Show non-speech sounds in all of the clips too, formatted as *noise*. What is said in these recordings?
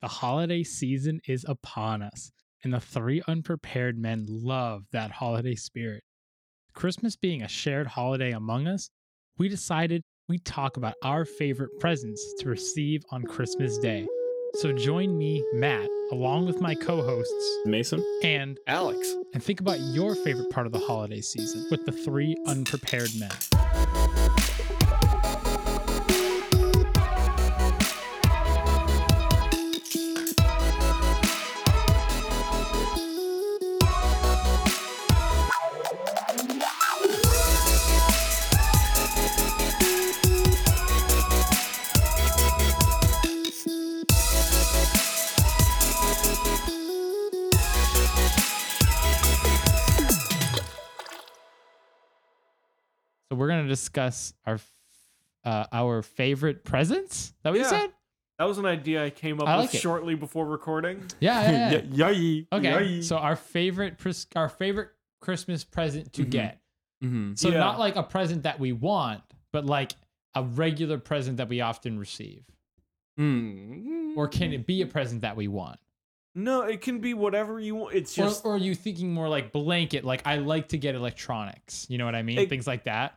The holiday season is upon us, and the three unprepared men love that holiday spirit. Christmas being a shared holiday among us, we decided we'd talk about our favorite presents to receive on Christmas Day. So join me, Matt, along with my co hosts, Mason, and Alex. and think about your favorite part of the holiday season with the three unprepared men. So we're gonna discuss our f- uh, our favorite presents. Is that what you Yeah. said? That was an idea I came up I with like it. shortly before recording. *laughs* Yeah. *laughs* yeah, *laughs* yeah. Yay. Okay. So our favorite pres- our favorite Christmas present to Mhm. get. mm-hmm. So Yeah. not like a present that we want, but like a regular present that we often receive. Hmm. Or can it Mm-hmm. be a present that we want? No, it can be whatever you want. It's just or, or are you thinking more like blanket? Like I like to get electronics. You know what I mean? It- Things like that.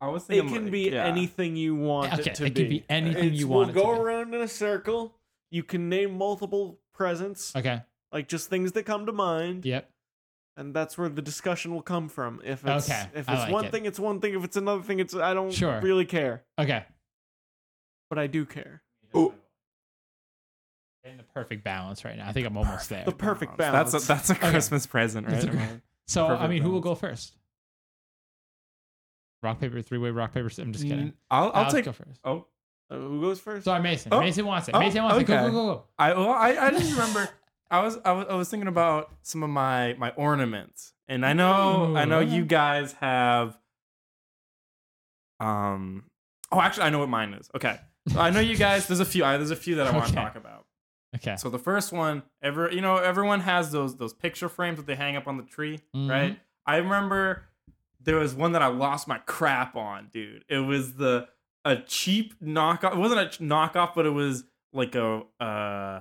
I was it can be anything you want Okay, it to it be. can be anything It's- you want it We'll to go be. around in a circle. You can name multiple presents, Okay. like just things that come to mind, Yep. and that's where the discussion will come from. If it's Okay, if it's I like one it. thing, it's one thing. If it's another thing, it's I don't Sure. really care, Okay. but I do care. Ooh. In the perfect balance right now. I think I'm almost there. The perfect balance. That's *laughs* a, that's a Okay. Christmas present, That's right? a- So I Perfect mean, who will go balance. first? Rock paper three way. Rock paper. s- I'm just kidding. Mm, I'll, I'll Alex, take. go first. Oh, Uh, who goes first? Sorry, Mason. Oh, Mason wants it. oh, Mason wants it. Go okay. go go go. I well, I, I *laughs* didn't remember. I was, I was I was thinking about some of my my ornaments, and I know I know you Ooh. guys have. Um. Oh, actually, I know what mine is. Okay, So I know you guys. There's a few. I, there's a few that I want Okay. to talk about. Okay. So the first one, ever you know, everyone has those those picture frames that they hang up on the tree, Mhm. right? I remember there was one that I lost my crap on, dude. It was the a cheap knockoff. It wasn't a ch- knockoff, but it was like a uh,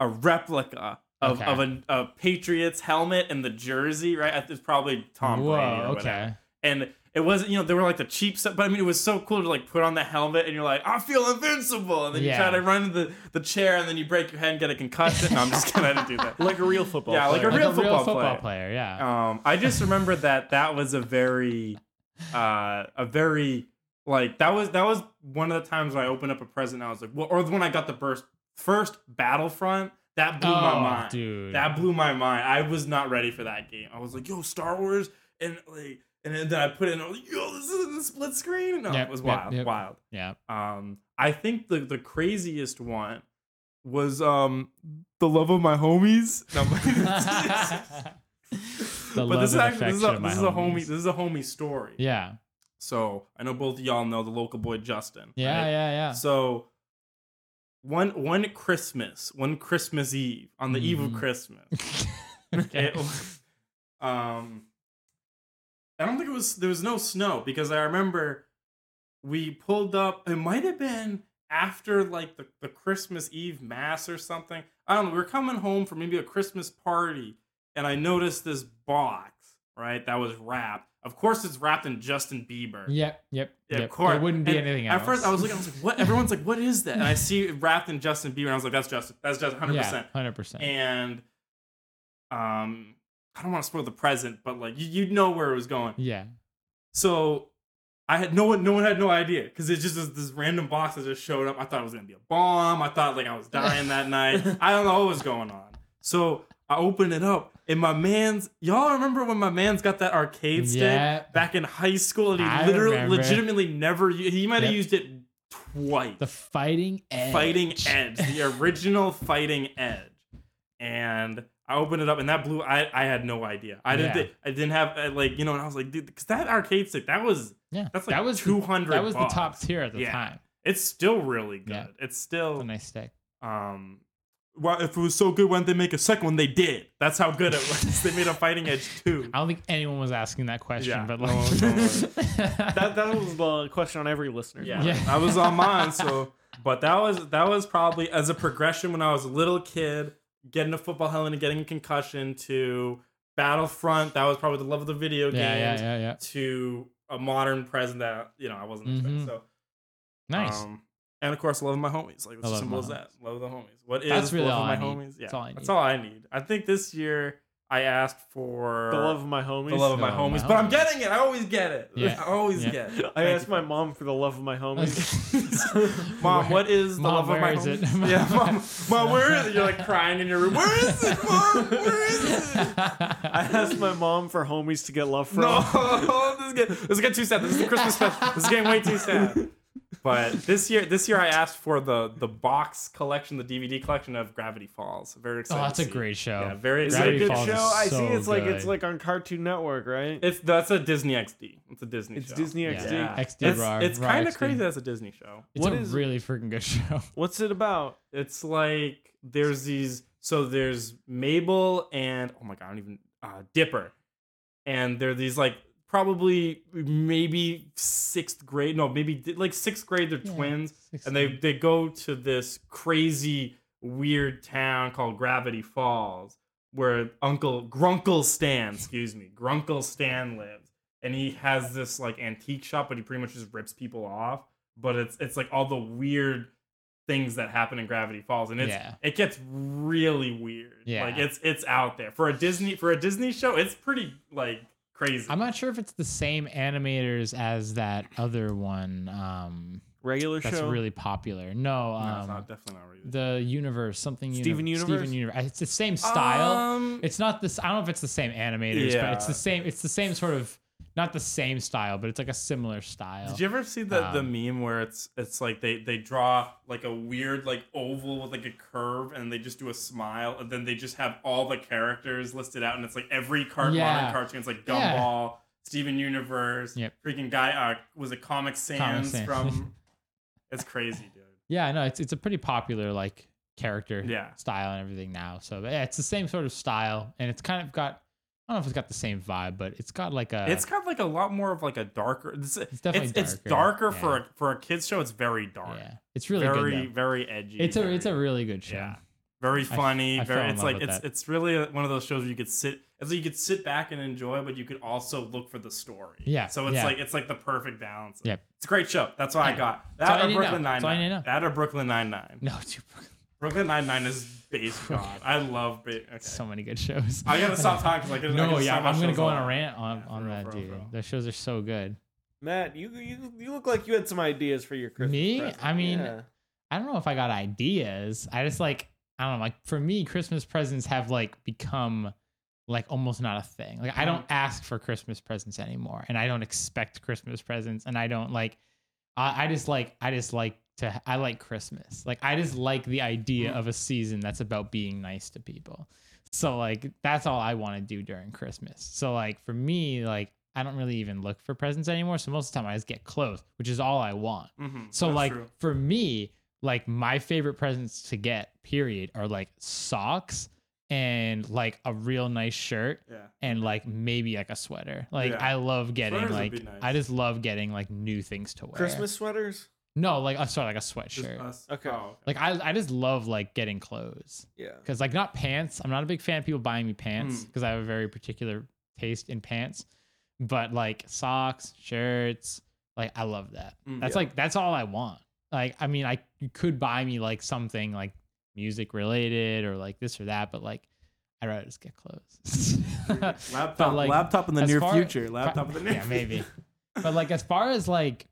a replica of, Okay. of a, a Patriots helmet and the jersey, right? I- It's probably Tom Whoa. Brady or whatever okay. and it wasn't you know they were like the cheap stuff but i mean it was so cool to like put on the helmet and you're like i feel invincible and then Yeah. you try to run into the, the chair and then you break your head and get a concussion no i'm just kidding i didn't *laughs* do that like a real football. Yeah, like player. a Like real a real football football player. player. Yeah. um *laughs* i just remember that that was a very uh a very like that was that was one of the times when i opened up a present and i was like well or when i got the first first battlefront that blew my Oh, mind dude. that blew my mind. I was not ready for that game. I was like, "Yo, Star Wars," and like, and then I put it in. I was like, "Yo, this is the split screen." No, Yep, it was yep, *laughs* wild, yep. wild. *laughs* yeah. Um, I think the the craziest one was um the love of my homies. *laughs* *laughs* No, The but love this is and actually this is, a, affection of this is my a homie homies. this is a homie story. *laughs* Yeah. So I know both of y'all know the local boy Justin. Yeah. right? Yeah. Yeah. So one one Christmas, one Christmas Eve, on the eve of Mhm. Christmas. okay. *laughs* It was- um, I don't think it was. There was no snow because I remember we pulled up. It might have been after like the, the Christmas Eve mass or something. I don't know. We were coming home from maybe a Christmas party, and I noticed this box right that was wrapped. Of course, it's wrapped in Justin Bieber. Yep. Yep. Yeah, yep. of course. It wouldn't be And anything At else. first, I was looking. *laughs* I was like, "What?" Everyone's like, "What is that?" And *laughs* I see it wrapped in Justin Bieber, and I was like, "That's Justin. That's Justin. Hundred Yeah. percent." Hundred percent. and um i don't want to spoil the present but like you, you know where it was going Yeah. so i had no one no one had no idea because it just was this random box that just showed up i thought it was gonna be a bomb i thought like i was dying *laughs* that night i don't know what was going on so i opened it up and my man's y'all remember when my man's got that arcade stick Yeah. back in high school and he I literally remember. legitimately never u- he might have Yep. used it twice The fighting edge. Fighting Edge, the original Fighting Edge. And I opened it up, and that blew. I, I had no idea. I didn't. Yeah. thi- I didn't have uh, like you know. And I was like, dude, because that arcade stick, that was Yeah. that's like that was two the, hundred. that was the top tier at the Yeah. time. It's still really good. Yeah. It's It's a still nice stick. um. Well, if it was so good, why didn't they make a second one? They did. That's how good it was. *laughs* they made a Fighting Edge two. I don't think anyone was asking that question, Yeah, but no like *laughs* one- no one was. that that was the question on every listener. Yeah, *laughs* Yeah. I was on mine, so But that was that was probably as a progression when I was a little kid, getting a football helmet and getting a concussion to Battlefront. That was probably the love of the video Yeah, games yeah, yeah, yeah. to a modern present that you know I wasn't Mhm. expecting. So Nice. um, and of course, love my homies. Like I it's love as simple my as that. Love the homies. What is That's really love all my I need. homies? Yeah, That's all I That's need. all I need. I think this year I asked for The love of my homies. the love of my The love of my homies, but I'm homies. getting it. I always get it. Oh, Yeah. *laughs* I always Yeah. get it. I Thank asked you. my mom for the love of my *laughs* homies. *laughs* mom, Where- what is the Mom, love of where my is it? homies? *laughs* Yeah, mom, mom, where is it? You're like crying in your room. Where is it, mom? Where *laughs* is it? I asked my mom for homies to get love from. No, *laughs* this is, get, this is getting too sad. This is the Christmas special. This is getting way too sad. But this year, this year I asked for the the box collection, the DVD collection of Gravity Falls. Very Oh, excited. that's to a see. great show. Yeah, very Is Gravity it a good Falls show? is I see. so It's like it's good. like on Cartoon Network, right? It's that's a Disney XD. It's a Disney. It's show. Disney Yeah. XD. Yeah. XD It's, raw- it's raw kind of XD. crazy. That's a Disney show. It's What a is- really freaking good show. What's it about? It's like there's these. So there's Mabel and oh my god, I don't even uh, Dipper, and they're these like probably maybe sixth grade. No, maybe di- like sixth grade. *laughs* They're twins, and they they go to this crazy weird town called Gravity Falls, where Uncle Grunkle Stan, excuse me, Grunkle Stan lives, and he has this like antique shop, but he pretty much just rips people off. But it's it's like all the weird things that happen in Gravity Falls, and it's yeah. it gets really weird. Yeah. like it's it's out there for a Disney for a Disney show. It's pretty like crazy. I'm not sure if it's the same animators as that other one. Um, Regular that's show. really popular. No, No, it's um, not definitely not really. the universe, something. uni- Steven Universe? Steven universe. It's the same style. Um, it's not this. I don't know if it's the same animators, but it's Yeah. the same. It's the same sort of, not the same style, but it's like a similar style. Did you ever see the, Um, the meme where it's it's like they they draw like a weird like oval with like a curve and they just do a smile and then they just have all the characters listed out and it's like every cart Yeah. modern cartoon it's like Yeah. Gumball, Steven Universe, Yep. freaking guy uh was it Comic Sans Sans. *laughs* from It's crazy, dude. Yeah, no, it's it's a pretty popular like character Yeah. style and everything now. So but yeah, it's the same sort of style, and it's kind of got I don't know if it's got the same vibe, but it's got like a it's got like a lot more of like a darker it's it's, definitely it's darker, darker yeah. for a, for a kids show it's very dark. yeah, it's really very good. very edgy. Though. It's a very- it's a really good show. Yeah. very f- funny. I fell very, in it's love like with it's that. it's really one of those shows where you could sit, it's like you could sit back and enjoy, but you could also look for the story. Yeah, So it's yeah. like it's like the perfect balance. Yep. It's a great show. That's what Yeah. I got. all That you or need to know. Brooklyn Nine That's all you need to Nine. know. That or Brooklyn Nine Nine. No, it's Brooklyn Nine Nine is base *laughs* god. I love base. Okay. so many good shows. I *laughs* gotta stop talking because I can. no, yeah, stop I'm gonna go on a rant on, Yeah, for on real, that for real, dude. for real. Those shows are so good. Matt, you, you you look like you had some ideas for your Christmas. Me? present. I mean, Yeah. I don't know if I got ideas. I just like I don't know. Like for me, Christmas presents have like become like almost not a thing. Like I don't ask for Christmas presents anymore, and I don't expect Christmas presents, and I don't like. I, I just like I just like to I like Christmas. Like I just like the idea of a season that's about being nice to people. So like that's all I want to do during Christmas. So like for me, like I don't really even look for presents anymore. So most of the time I just get clothes, which is all I want. Mm-hmm, So like for me, like my favorite presents to get, period, are like socks and like a real nice shirt yeah. and like maybe like a sweater. Like Yeah. I love getting Sweaters would like be nice. I just love getting like new things to wear. Christmas sweaters. No, like I'm sorry, like a Just sweatshirt. us. Okay. Oh, like I I just love like getting clothes. Yeah. Cause like not pants. I'm not a big fan of people buying me pants Hmm. because I have a very particular taste in pants. But like socks, shirts, like I love that. *laughs* Mm, That's yeah. like that's all I want. Like I mean, I you could buy me like something like music related or like this or that, but like I'd rather just get clothes. laptop, laptop in the as near far- future. *laughs* *laughs* Laptop in the near. yeah, *laughs* maybe. But like as far as like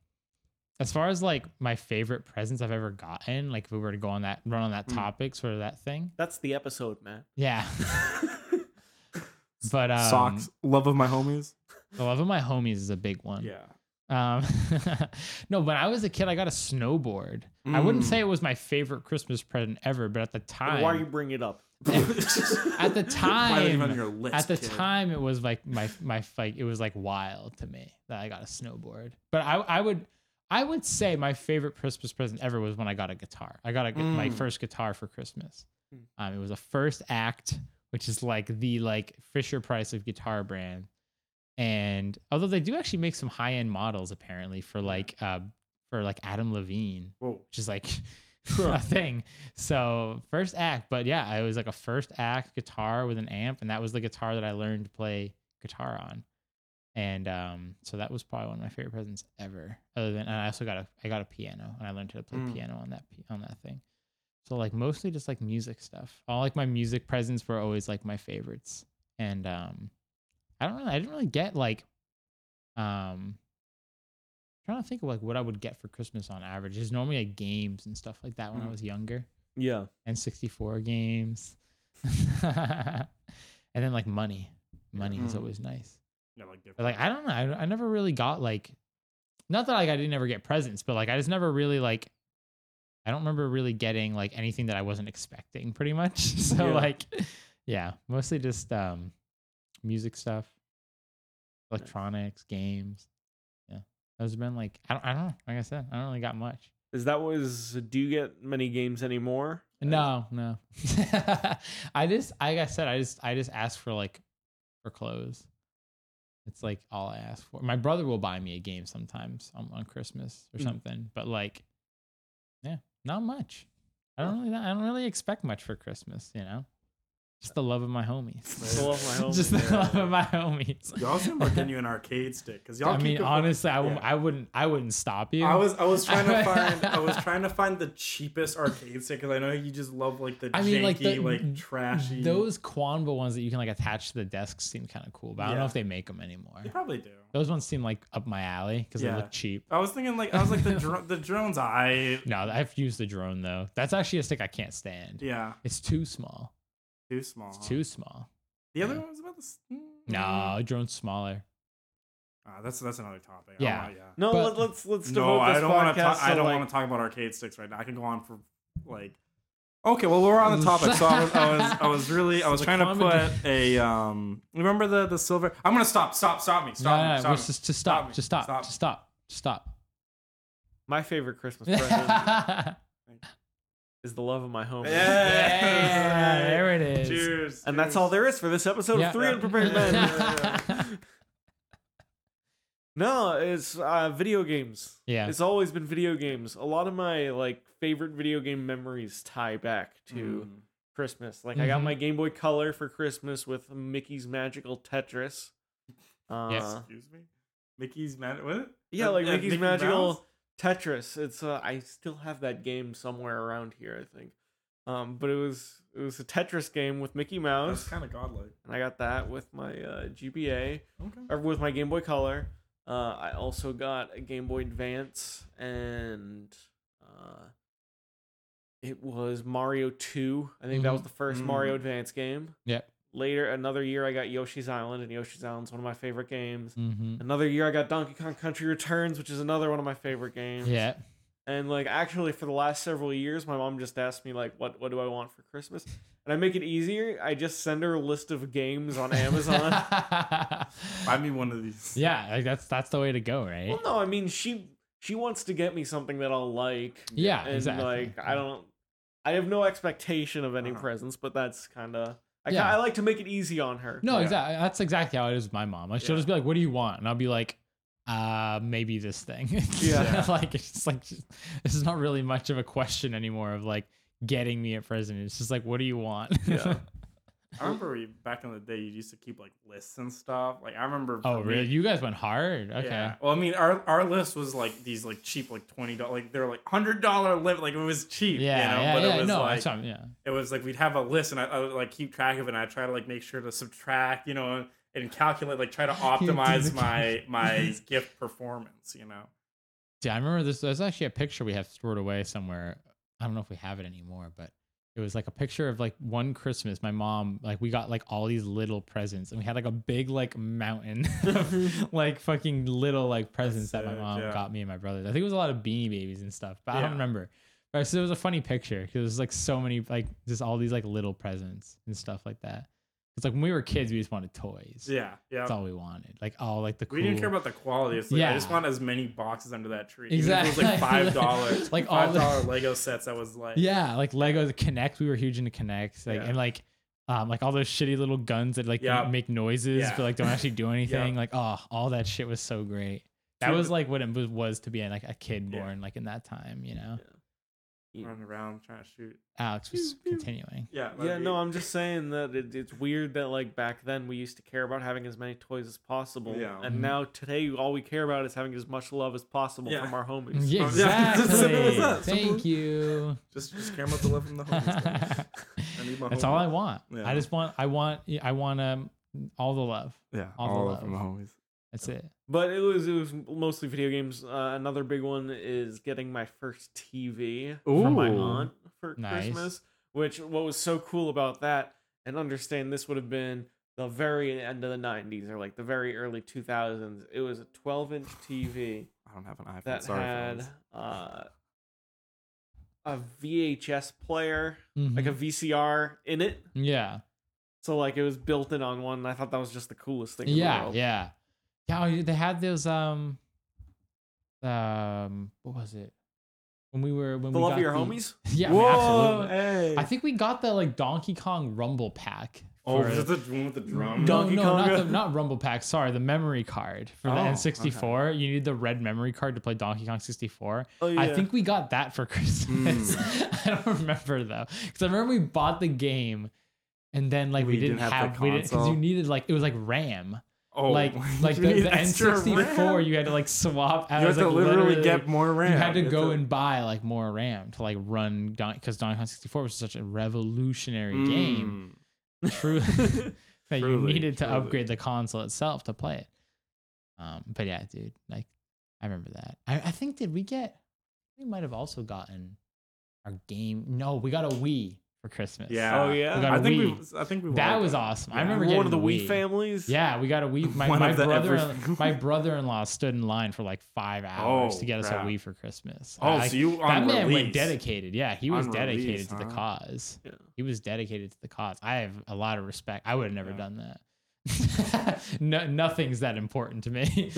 as far as like my favorite presents I've ever gotten, like if we were to go on that run on that Mm. topic, sort of that thing. That's the episode, Matt. Yeah. *laughs* But um, Socks. Love of my homies. The love of my homies is a big one. Yeah. Um, *laughs* no, when I was a kid, I got a snowboard. I wouldn't Mm. say it was my favorite Christmas present ever, but at the time, Why are you bringing it up? at the Why is it time, on your list, at the kid? time, it was like my my like it was like wild to me that I got a snowboard. But I I would I would say my favorite Christmas present ever was when I got a guitar. I got a, gu- my Mm. first guitar for Christmas. Mm. Um, it was a first act, which is like the like Fisher Price of guitar brand. And although they do actually make some high end models apparently for like uh for like Adam Levine Whoa. which is like *laughs* a thing. So first act, but yeah, I was like a first act guitar with an amp, and that was the guitar that I learned to play guitar on. And um, so that was probably one of my favorite presents ever. Other than, and I also got a I got a piano, and I learned how to play Mm. piano on that pi- on that thing. So like mostly just like music stuff. All like my music presents were always like my favorites, and um, I don't know, I didn't really get like um trying to think of like what I would get for Christmas on average. There's normally like games and stuff like that when I Mm. was younger. Yeah. And 64 games. *laughs* and then like money. Money is Mm. always nice. Yeah, like, different- But like I don't know. I, I never really got like not that like I didn't ever get presents, but like I just never really like I don't remember really getting like anything that I wasn't expecting pretty much. *laughs* So Yeah. like yeah, mostly just um music stuff, electronics, games. Yeah. Those have been like I don't I don't know. Like I said, I don't really got much. Is that was do you get many games anymore? No, no. *laughs* I just like I said, I just I just ask for like for clothes. It's like all I ask for. My brother will buy me a game sometimes on, on Christmas or Mm. something, but like, yeah, not much. I don't really, I don't really expect much for Christmas, you know. Just the love of my homies. The love of my *laughs* Just homies, the yeah. love of my homies. y'all seem like getting you an arcade stick because y'all. I keep mean, it- honestly, I, wou- yeah. I wouldn't, I wouldn't stop you. I was I was *laughs* trying to find I was trying to find the cheapest arcade stick because I know you just love like the I janky mean, like, like, the- trashy. Those Quanba ones that you can like attach to the desk seem kind of cool, but I don't know Yeah. if they make them anymore. you probably do. Those ones seem like up my alley because Yeah. they look cheap. I was thinking like I was *laughs* like the dro- the drones. I No, I've used the drone though. That's actually a stick I can't stand. yeah, It's too small. too small. It's too small. The other yeah. one was about this. No, Mm. a drone's smaller. Ah, that's that's another topic. I don't Yeah. wanna- yeah. No, But- let, us let's No, devote this I don't want podcast to talk. I to don't like, want to talk about arcade sticks right now. I can go on for like. Okay, well we're on the topic, so I was I was, I was really I was The trying to common- put a um. Remember the the silver? I'm gonna stop. Stop. Stop me. Stop. no, no, me, no, stop me. Just, just, just stop. me, Just stop. stop. Just stop. Just stop. my favorite *laughs* Christmas present is the love of my homies. Yeah. Yeah, there it is. Cheers. And that's all there is for this episode Yeah. of Three Yeah. *laughs* Unprepared Men. Yeah. No, it's uh, video games. Yeah. It's always been video games. A lot of my like favorite video game memories tie back to Mm. Christmas. Like I got Mhm. my Game Boy Color for Christmas with Mickey's Magical Tetris. Uh, Yes. Hmm, Excuse me. Mickey's mad. What? Yeah, like Mickey's Mickey Magical Mouse? Tetris. It's uh, I still have that game somewhere around here, I think. Um, but it was it was a Tetris game with Mickey That's Mouse, kind of godlike. and I got that with my uh, GBA Okay. or with my Game Boy Color. Uh, I also got a Game Boy Advance, and uh, it was Mario Two. I think that was Mhm. the 1st Mm. Mario Advance game. Yep. Later, another year, I got Yoshi's Island, and Yoshi's Island's one of my favorite games. hmm Another year, I got Donkey Kong Country Returns, which is another one of my favorite games. Yeah. And like, actually, for the last several years, my mom just asked me like, "What what do I want for Christmas?" And I make it easier. I just send her a list of *laughs* games on Amazon. Buy me one of these. yeah, like that's that's the way to go, right? well, no, I mean she she wants to get me something that I'll like, yeah, and exactly. like I don't, I have no expectation of any Uh-huh. presents, but that's kind of I, Yeah. I like to make it easy on her. No, Yeah. exactly. That's exactly how it is with my mom. Like she'll Yeah. just be like, "What do you want?" And I'll be like, "Uh, maybe this thing." *laughs* Yeah. like it's just like just- this is not really much of a question anymore of like getting me a present. It's just like, "What do you want?" Yeah. I remember we, back in the day, you used to keep like lists and stuff. Like I remember. *laughs* oh, for me- really? You guys went hard. Okay. Yeah. Well, I mean, our our list was like these like cheap like twenty dollar like they're like hundred dollar list like it was cheap. Yeah, You know? yeah, but yeah. it was no, like that's what I'm- yeah. it was like we'd have a list and I, I would like keep track of it. and I try to like make sure to subtract, you know, and calculate like *laughs* try to do the optimize my calculation. *laughs* my gift performance. You know. Yeah, I remember this. There's actually a picture we have stored away somewhere. I don't know if we have it anymore, but it was like a picture of like one Christmas. My mom, like, we got like all these little presents, and we had like a big like mountain *laughs* *laughs* of like fucking little like presents that my That's it, mom yeah. got me and my brothers. I think it was a lot of beanie babies and stuff, but I don't Yeah. remember. But so it was a funny picture because it was like so many like just all these like little presents and stuff like that. It's like when we were kids, we just wanted toys. Yeah. Yeah. That's all we wanted. Like all like the cool. We didn't care about the quality. It's like, I just Yeah. want as many boxes under that tree. Even if It was like Exactly. *laughs* five dollars, Like like all five the- dollar Lego sets. I was like, Yeah, like Lego the Connect. We were huge into Connects, like Yeah. and like, um, like all those shitty little guns that like Yeah. make noises Yeah. but like don't actually *laughs* do anything. Like oh, all that shit was so great. That Dude, was but- like what it was, was to be like a kid Yeah. born like in that time, you know. You- running around trying to shoot. Alex was Pew, pew. continuing. Yeah. yeah, like, no, I'm just saying that it, it's weird that like back then we used to care about having as many toys as possible, Yeah. Mhm. and now today all we care about is having as much love as possible Yeah. from our homies. *laughs* Yeah, Oh, Yeah, *laughs* exactly. it's as simple as that. Simple Thank as- you. just just care about the love from the homies. man. *laughs* I need my That's all I homies. want. Yeah. I just want. I want. I want um all the love. Yeah, All the all love from the love. homies. That's it. But it was it was mostly video games. Uh, another big one is getting my first TV from my Ooh. aunt for Nice. Christmas. Which what was so cool about that, and understand this would have been the very end of the '90s or like the very early 2000s. It was a 12-inch TV I don't have an iPhone. that Sorry. had uh, fellas. a VHS player, like a Mhm. VCR in it. yeah, So like it was built in on one. And I thought that was just the coolest thing. in the yeah, world. yeah, yeah. oh, They had those um um what was it when we were when The we love got of your the- homies. Yeah, I mean, Whoa, absolutely. Hey. I think we got the like Donkey Kong Rumble Pack. oh, for- is it the one with the drum? No, Donkey no, not Konga? the, not Rumble Pack. Sorry, the memory card for the Oh, N64. You need the red memory card to play Donkey Kong 64. Oh yeah. I *laughs* think we got that for *laughs* Christmas. *laughs* I don't remember though, because I remember we bought the game, and then like we, We didn't, didn't have the have, we didn't because console. you needed like it was like RAM, Oh, like *laughs* like you the, need the extra N64. RAM? You had to like swap out. You have like, to literally, get more RAM. You had to You have go and buy like more RAM to like run because Donkey Kong 64 was such a revolutionary game. *laughs* True. *laughs* that you Mm. Truly, needed to truly. upgrade the console itself to play it. Um, but yeah, dude, like I remember that. I, I think did we get? We might have also gotten our game. No, we got a Wii for Christmas. Yeah. Oh, yeah? We got I a think Wii. we. I think we. that were- was awesome. I Yeah. remember We're getting one of the a Wii families. Yeah, we got a Wii. My, One my of the brother, every- *laughs* my brother-in-law stood in line for like five hours Oh, to get us crap. a Wii for Christmas. Oh, I- so you on that man release. went dedicated. Yeah, he was On dedicated release, to the huh? cause Yeah. he was dedicated to the cause. I have a lot of respect. I would have never Yeah. done that. *laughs* no, nothing's that important to me. *laughs*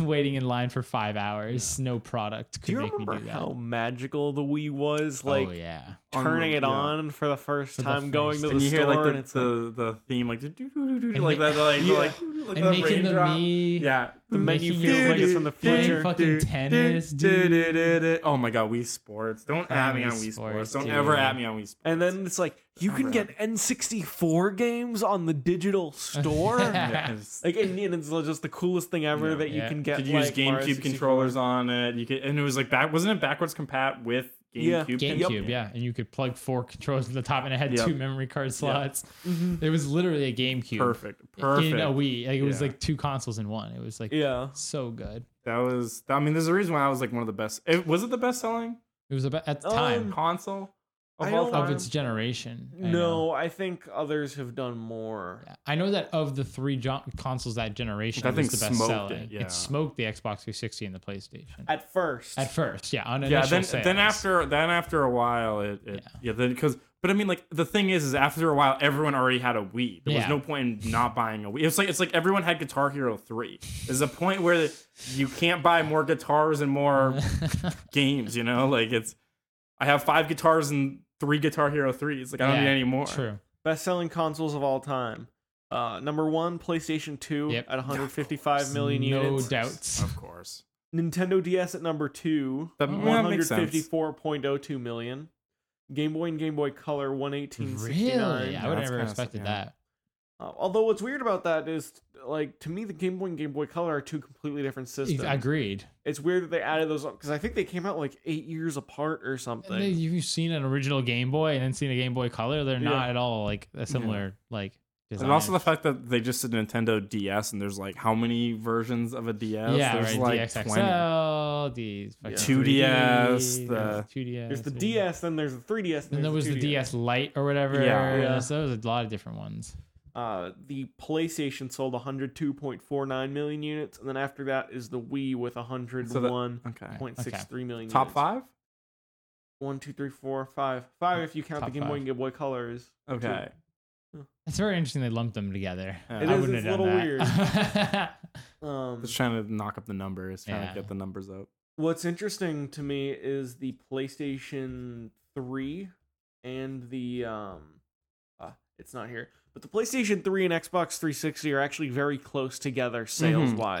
Waiting in line for five hours, no product Do could you make me remember do that. how magical the Wii was? Like oh yeah, turning it Unreal. on for the first For the time, going first- to the And you store, hear like the and it's like, the, the theme like do do do do do And like ma- that like Yeah. like, like and that making the raindrop. me, yeah the menu making feels your like it's from the playing future. fucking tennis, dude. Oh my god, Wii Sports. Don't Fucking at me Wii on Wii Sports, Sports. Don't dude. ever at me on Wii Sports. And then it's like you can Remember get N64 games on the *laughs* digital store. Yeah. Yeah, it's- Like and, and it's just the coolest thing ever Yeah. that you Yeah. can get. could use like, Mario GameCube 64. controllers on it. You could, and it was like back. Wasn't it backwards compat with Yeah. GameCube? GameCube, controller? yeah, and you could plug four controllers in the top, and it had Yep. two memory card slots. Mhm. It was literally a GameCube. Perfect, In perfect. a Wii, like, it was Yeah. like two consoles in one. It was like Yeah. so good. That was. I mean, there's a reason why I was like one of the best. It, was it the best selling It was about at the time Um, console of I all don't- time? of its generation. I know. No, I think others have done more. Yeah. I know that of the three jo- consoles that generation, That that was thing the best smoked selling. It, it, yeah. smoked the Xbox 360 and the PlayStation at, At first. first. Yeah, on yeah. initial Then sales. then after then after a while it, it yeah. Yeah. Then because but I mean like the thing is is after a while everyone already had a Wii. There was Yeah. no point in not buying a Wii. It's like it's like everyone had Guitar Hero three. There's a point where you can't buy more guitars *laughs* and more games. You know like it's. I have five guitars and three Guitar Hero threes. Like I don't Yeah, need any more. True. Best selling consoles of all time. Uh, number one, PlayStation 2 Yep. at 155 million no units. doubts. Of course. Nintendo DS at number two, That, Oh. that makes sense. 154.02 million. Game Boy and Game Boy Color, 118.69. Really? I Yeah, would that's never kinda- expected yeah. that. Uh, although what's weird about that is, like, to me, the Game Boy and Game Boy Color are two completely different systems. Agreed. It's weird that they added those up because I think they came out like eight years apart or something. If You've seen an original Game Boy and then seen a Game Boy Color. They're Yeah. not at all like a similar like design. And also the fact that they just said Nintendo DS and there's like how many versions of a DS? yeah, there's right. like DXXL, the fucking 2DS, 3D, the- there's 2DS, There's the yeah. DS, then there's the 3DS, and Then there was the DS Lite or whatever. Yeah. Yeah. So there was a lot of different ones. Uh, the PlayStation sold 102.49 million units, and then after that is the Wii with 101.63 million 20. units. Okay. Top five? One, two, three, four, five. Five if you count Top the Game Boy five. and Game Boy Colors. Okay. It's very interesting they lumped them together. Yeah. I It is, wouldn't it's have a done little that. Um, Just trying to knock up the numbers, trying Yeah. to get the numbers up. what's interesting to me is the PlayStation 3 and the um uh, it's not here, but the PlayStation 3 and Xbox 360 are actually very close together sales-wise.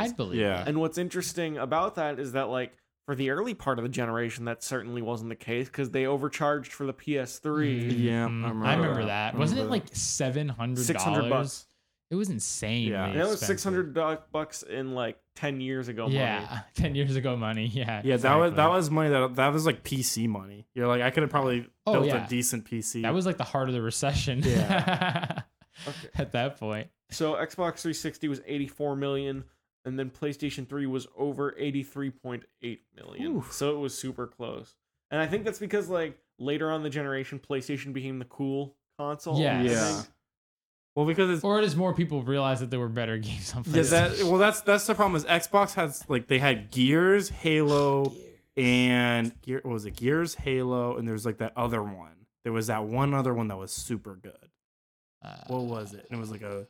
*laughs* Mm-hmm. I'd believe Yeah. yeah. And what's interesting about that is that like for the early part of the generation, that certainly wasn't the case because they overcharged for the PS3. Mm. Yeah, I Mm, remember I remember that. that. I Wasn't it remember like seven hundred Six hundred dollars? bucks. It was insane. Yeah. And that was six hundred bucks in like ten years ago. Yeah, *laughs* Money. ten years ago money. Yeah, Yeah, that was exactly. that was money that that was like PC money. You're like I could have probably Oh, built yeah. a decent PC. that was like the heart of the recession. *laughs* Yeah. Okay. At that point, So Xbox 360 was 84 million, and then PlayStation 3 was over 83.8 million. Oof. So it was super close. And I think that's because like later on in the generation, PlayStation became the cool console. I Yes. yeah. think. Well, because it's or as more people realized that there were better *laughs* games on yeah, PlayStation. that well that's that's the problem is Xbox has like they had Gears, Halo, and Gear what was it Gears, Halo, and there's like that other one. There was that one other one that was super good. Uh, What was it? It was like a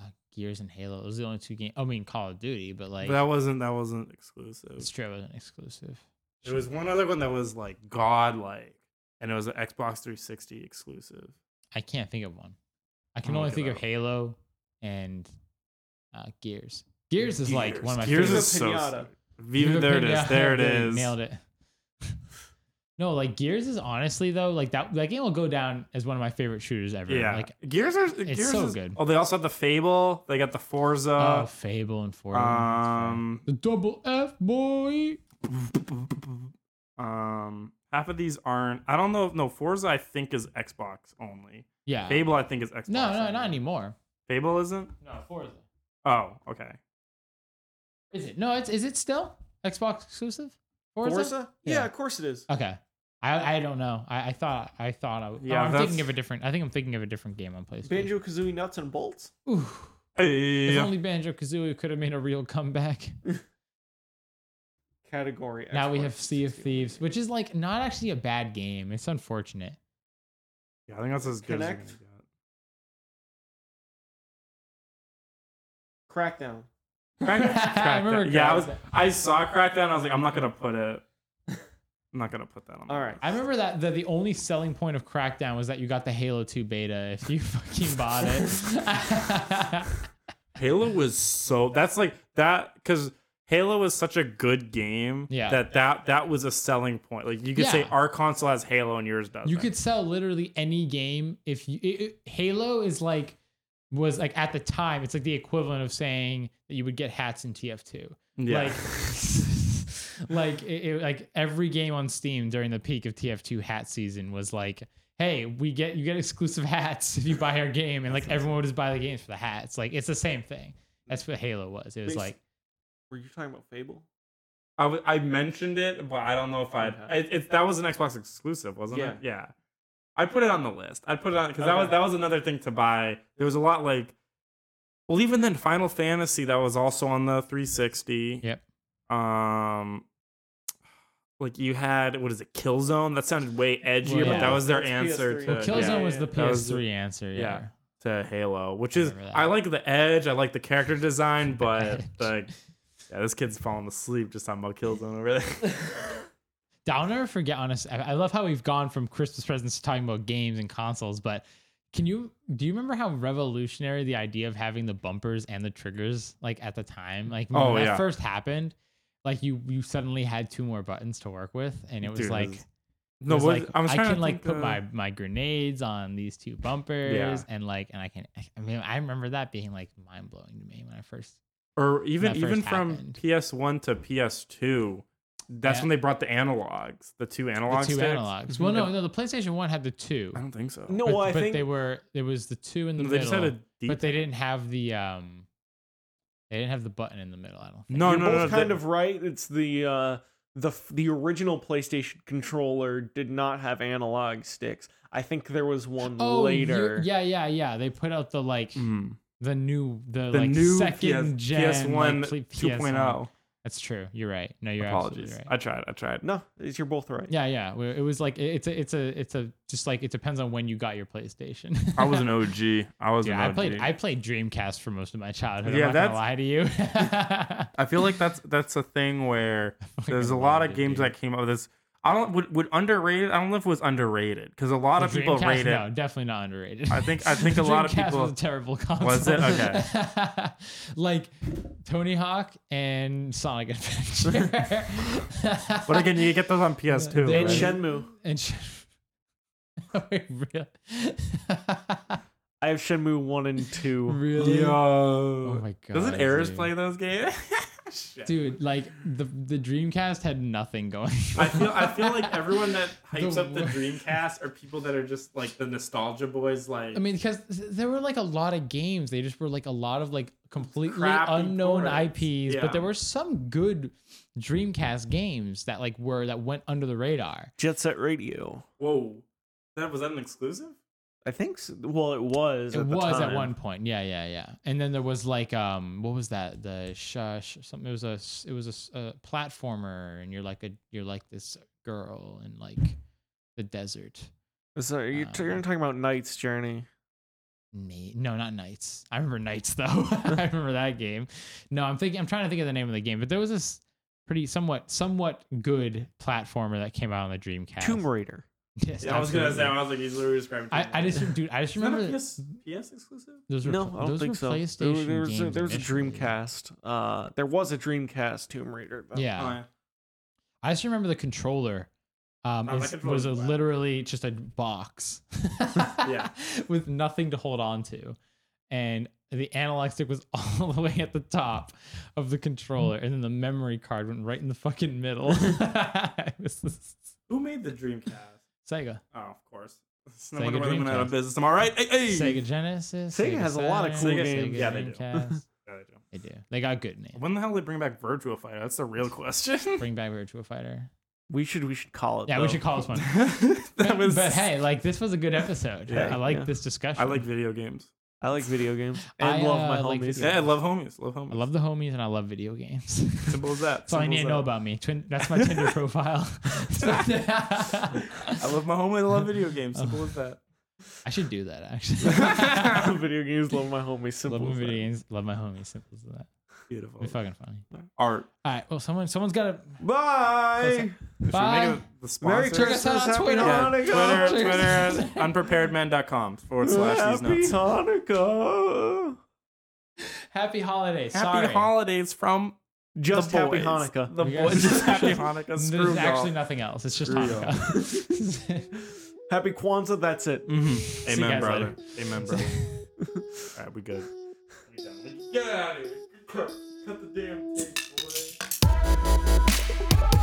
uh, Gears and Halo. Those are the only two games. I mean, Call of Duty, but like but that wasn't that wasn't exclusive. it's true. It wasn't exclusive. There was one other one that was like godlike, and it was an Xbox 360 exclusive. I can't think of one. I can I'll only look it think of up. Halo and uh, Gears. Gears is like one of my Gears favorite. is so Viva Pinata. Viva, Viva *laughs* there it Pinata. is. There it Dude, is. Nailed it. *laughs* no, like Gears is honestly though like that that game will go down as one of my favorite shooters ever. Yeah, Like Gears are Gears so is, good. Oh, they also have the Fable. They got the oh, Forza. Fable and Forza. Uh, um, the double F boy. um, half of these aren't. I don't know. No, Forza I think is Xbox only. Yeah. Fable I think is Xbox. no, no, only. not anymore. Fable isn't. No, Forza. Oh, okay. Is it? No, it's is it still Xbox exclusive? Forza? Yeah. Yeah. of course it is. Okay. I, I don't know. I, I thought I thought I, Yeah, yeah, I'm that's- thinking of a different. I think I'm thinking of a different game on PlayStation. Banjo Kazooie nuts and bolts. Ooh, if Hey, only Banjo Kazooie could have made a real comeback. Category. now we Xbox have Sea of 360. Thieves, which is like not actually a bad game. It's unfortunate. Yeah, I think that's as good as Connect. you're gonna get. Crackdown. *laughs* Crack- I remember Crackdown. yeah, I was. Crackdown. I saw Crackdown. I was like, I'm not gonna put it. I'm not gonna put that on. my All right. list. I remember that the, the only selling point of Crackdown was that you got the Halo 2 beta if you *laughs* fucking bought it. *laughs* Halo was so. That's like that because Halo was such a good game. Yeah. That that that was a selling point. Like you could say Yeah. our console has Halo and yours doesn't. you could sell literally any game if you it, it- Halo is like was like at the time it's like the equivalent of saying that you would get hats in TF2. Yeah. Like, *laughs* like it, it- like every game on Steam during the peak of TF2 hat season was like, hey, we get you get exclusive hats if you buy our game, and *laughs* like everyone would just buy the games for the hats. Like it's the same thing. That's what Halo was. It was Basi- like Were you talking about Fable? I, w- I mentioned it, but I don't know if I'd. Okay. It, it, that was an Xbox exclusive, wasn't it? Yeah. I put it on the list. I put it on because that Okay. was that was another thing to buy. There was a lot like, well, even then, Final Fantasy that was also on the 360. Yep. Um, like you had what is it, Killzone? That sounded way edgier, Well, but yeah. that was their That's answer PS3. to well, uh, Killzone yeah, was the yeah, yeah. That was PS3 answer. Yeah. yeah. to Halo, which I is remember that. I like the edge, I like *laughs* the character design, but like yeah, this kid's falling asleep just talking about Killzone over there. I'll never forget, honest. I I love how we've gone from Christmas presents to talking about games and consoles, but can you do you remember how revolutionary the idea of having the bumpers and the triggers like at the time? Like when Oh, that yeah. first happened, like you you suddenly had two more buttons to work with, and it was Dude, it like was- it No, was what- like, I was trying can to like put think, uh, my my grenades on these two bumpers, and like and I can. I mean, I remember that being like mind blowing to me when I first. or even that even first from happened. PS1 to PS2. That's Yeah. when they brought the analogs, the two analog The two sticks. Mm-hmm. analogs. Well, no, no, the PlayStation One had the two. I don't think so. No, but, I but think they were there was the two in the they middle. just had a deep. but they didn't have the um they didn't have the button in the middle i don't think no, You're no, both no, no, kind they- of right. It's the uh, the f- the original PlayStation controller did not have analog sticks. I think there was one oh later. later yeah yeah yeah they put out the like *laughs* Mm. the new the, the like new second PS, gen PS1 like, pl- 2.0 that's true you're right no you're oh. apologies absolutely i right tried i tried No, it's, you're both right. yeah yeah we- it was like it- it's a it's a it's a just like it depends on when you got your playstation i was an og i was *laughs* an yeah, OG. I played I played Dreamcast for most of my childhood. Yeah, I'm not that's- gonna lie to you. *laughs* I feel like that's that's a thing where Fucking there's a *laughs* lot loved of it, games dude. that came out with this. I don't would, would underrated. I don't know if it was underrated because a lot of The people Dreamcast? rate it. No, definitely not underrated. I think- I think a lot of Dreamcast people- was a terrible console. Was it? Okay. *laughs* like Tony Hawk and Sonic Adventure. *laughs* But again, you get those on PS2. They- And Right. Shenmue. *laughs* and sh- *laughs* Wait, really? I have Shenmue one and two. *laughs* *laughs* really? Oh Yo. my god. Doesn't Eris dude. play those games? Dude, like the the Dreamcast had nothing going. *laughs* I feel I *laughs* feel like everyone that hypes The up the wor- Dreamcast are people that are just like the nostalgia boys. Like I mean, because there were like a lot of games. They just were like a lot of like completely Crappy unknown ports. IPs, Yeah. but there were some good Dreamcast games that like were that went under the radar. Jet Set Radio. whoa, that was that an exclusive? I think. So. Well, it was. it at the was at time. one point. Yeah, yeah, yeah. And then there was like um, what was that? The shush something. It was a s- it was a s- a, platformer, and you're like a you're like this girl in like the desert. So you're, Uh, you're talking about Knight's Journey. Ni- No, not Knights. I remember Knights *laughs* though. I remember that game. No, I'm thinking. I'm trying to think of the name of the game, but there was this pretty somewhat somewhat good platformer that came out on the Dreamcast. Tomb Raider. *laughs* Yes, Yeah, I was gonna say absolutely. I was like he's literally describing. I, I just dude, I just Is that remember a that PS, PS exclusive? those were No, pl- I don't those think were so. There, PlayStation was- there was a, games there was a initially. Dreamcast. Uh, there was a Dreamcast Tomb Raider. Though. Yeah, Oh, yeah. I just remember the controller. Um, Oh, my is- controller was a, was black. literally just a box, *laughs* with nothing to hold on to, and the analog stick was *laughs* all the way at the top of the controller, and then the memory card went right in the fucking middle. *laughs* it was this- Who made the Dreamcast? Sega, Oh, of course. It's Sega no wonder why they went out Dreamcast. of business. I'm all right. Hey, hey. Sega Genesis. Sega has a lot of Saturn, cool Sega games. Yeah, they do. Dreamcast. Yeah, they do. they do. They got good names. When the hell did they bring back Virtua Fighter? That's the real question. Bring back Virtua Fighter. We should we should call it. Yeah, we though. should call *laughs* this one. that was. but hey, like this was a good episode. Yeah. I like Yeah. this discussion. I like video games. I like video games. I, And love my uh, like homies. video- Yeah, I love homies. Love homies. I love the homies and I love video games. Simple as that. That's all I Simple need as to know that. about me. Twin, that's my *laughs* Tinder profile. I love my homies. I love video *laughs* games. Simple as that. I should do that actually. *laughs* video games. Love my homies. Simple. love my as that. video games. Love my homies. Simple as that. Beautiful. It'd be fucking funny. Art. All right. Well, someone, someone's got to Bye. Should we Bye. make it the Merry sponsor? Christmas, Christmas. on Happy Twitter. Yeah, Hanukkah. Twitter, Twitter, unpreparedman.com forward slash these Happy notes. Hanukkah. happy holidays. Happy Sorry. holidays from Just the happy boys. Hanukkah. The You guys- boys. Just *laughs* happy Hanukkah. There's Screw actually y'all. nothing else. It's just Screw y'all. *laughs* Hanukkah. Happy Kwanzaa. That's it. Mhm. you Amen, guys brother. later. Amen, *laughs* brother. All right, we good. We done. Get out of here. Cut, cut the damn tape, boy.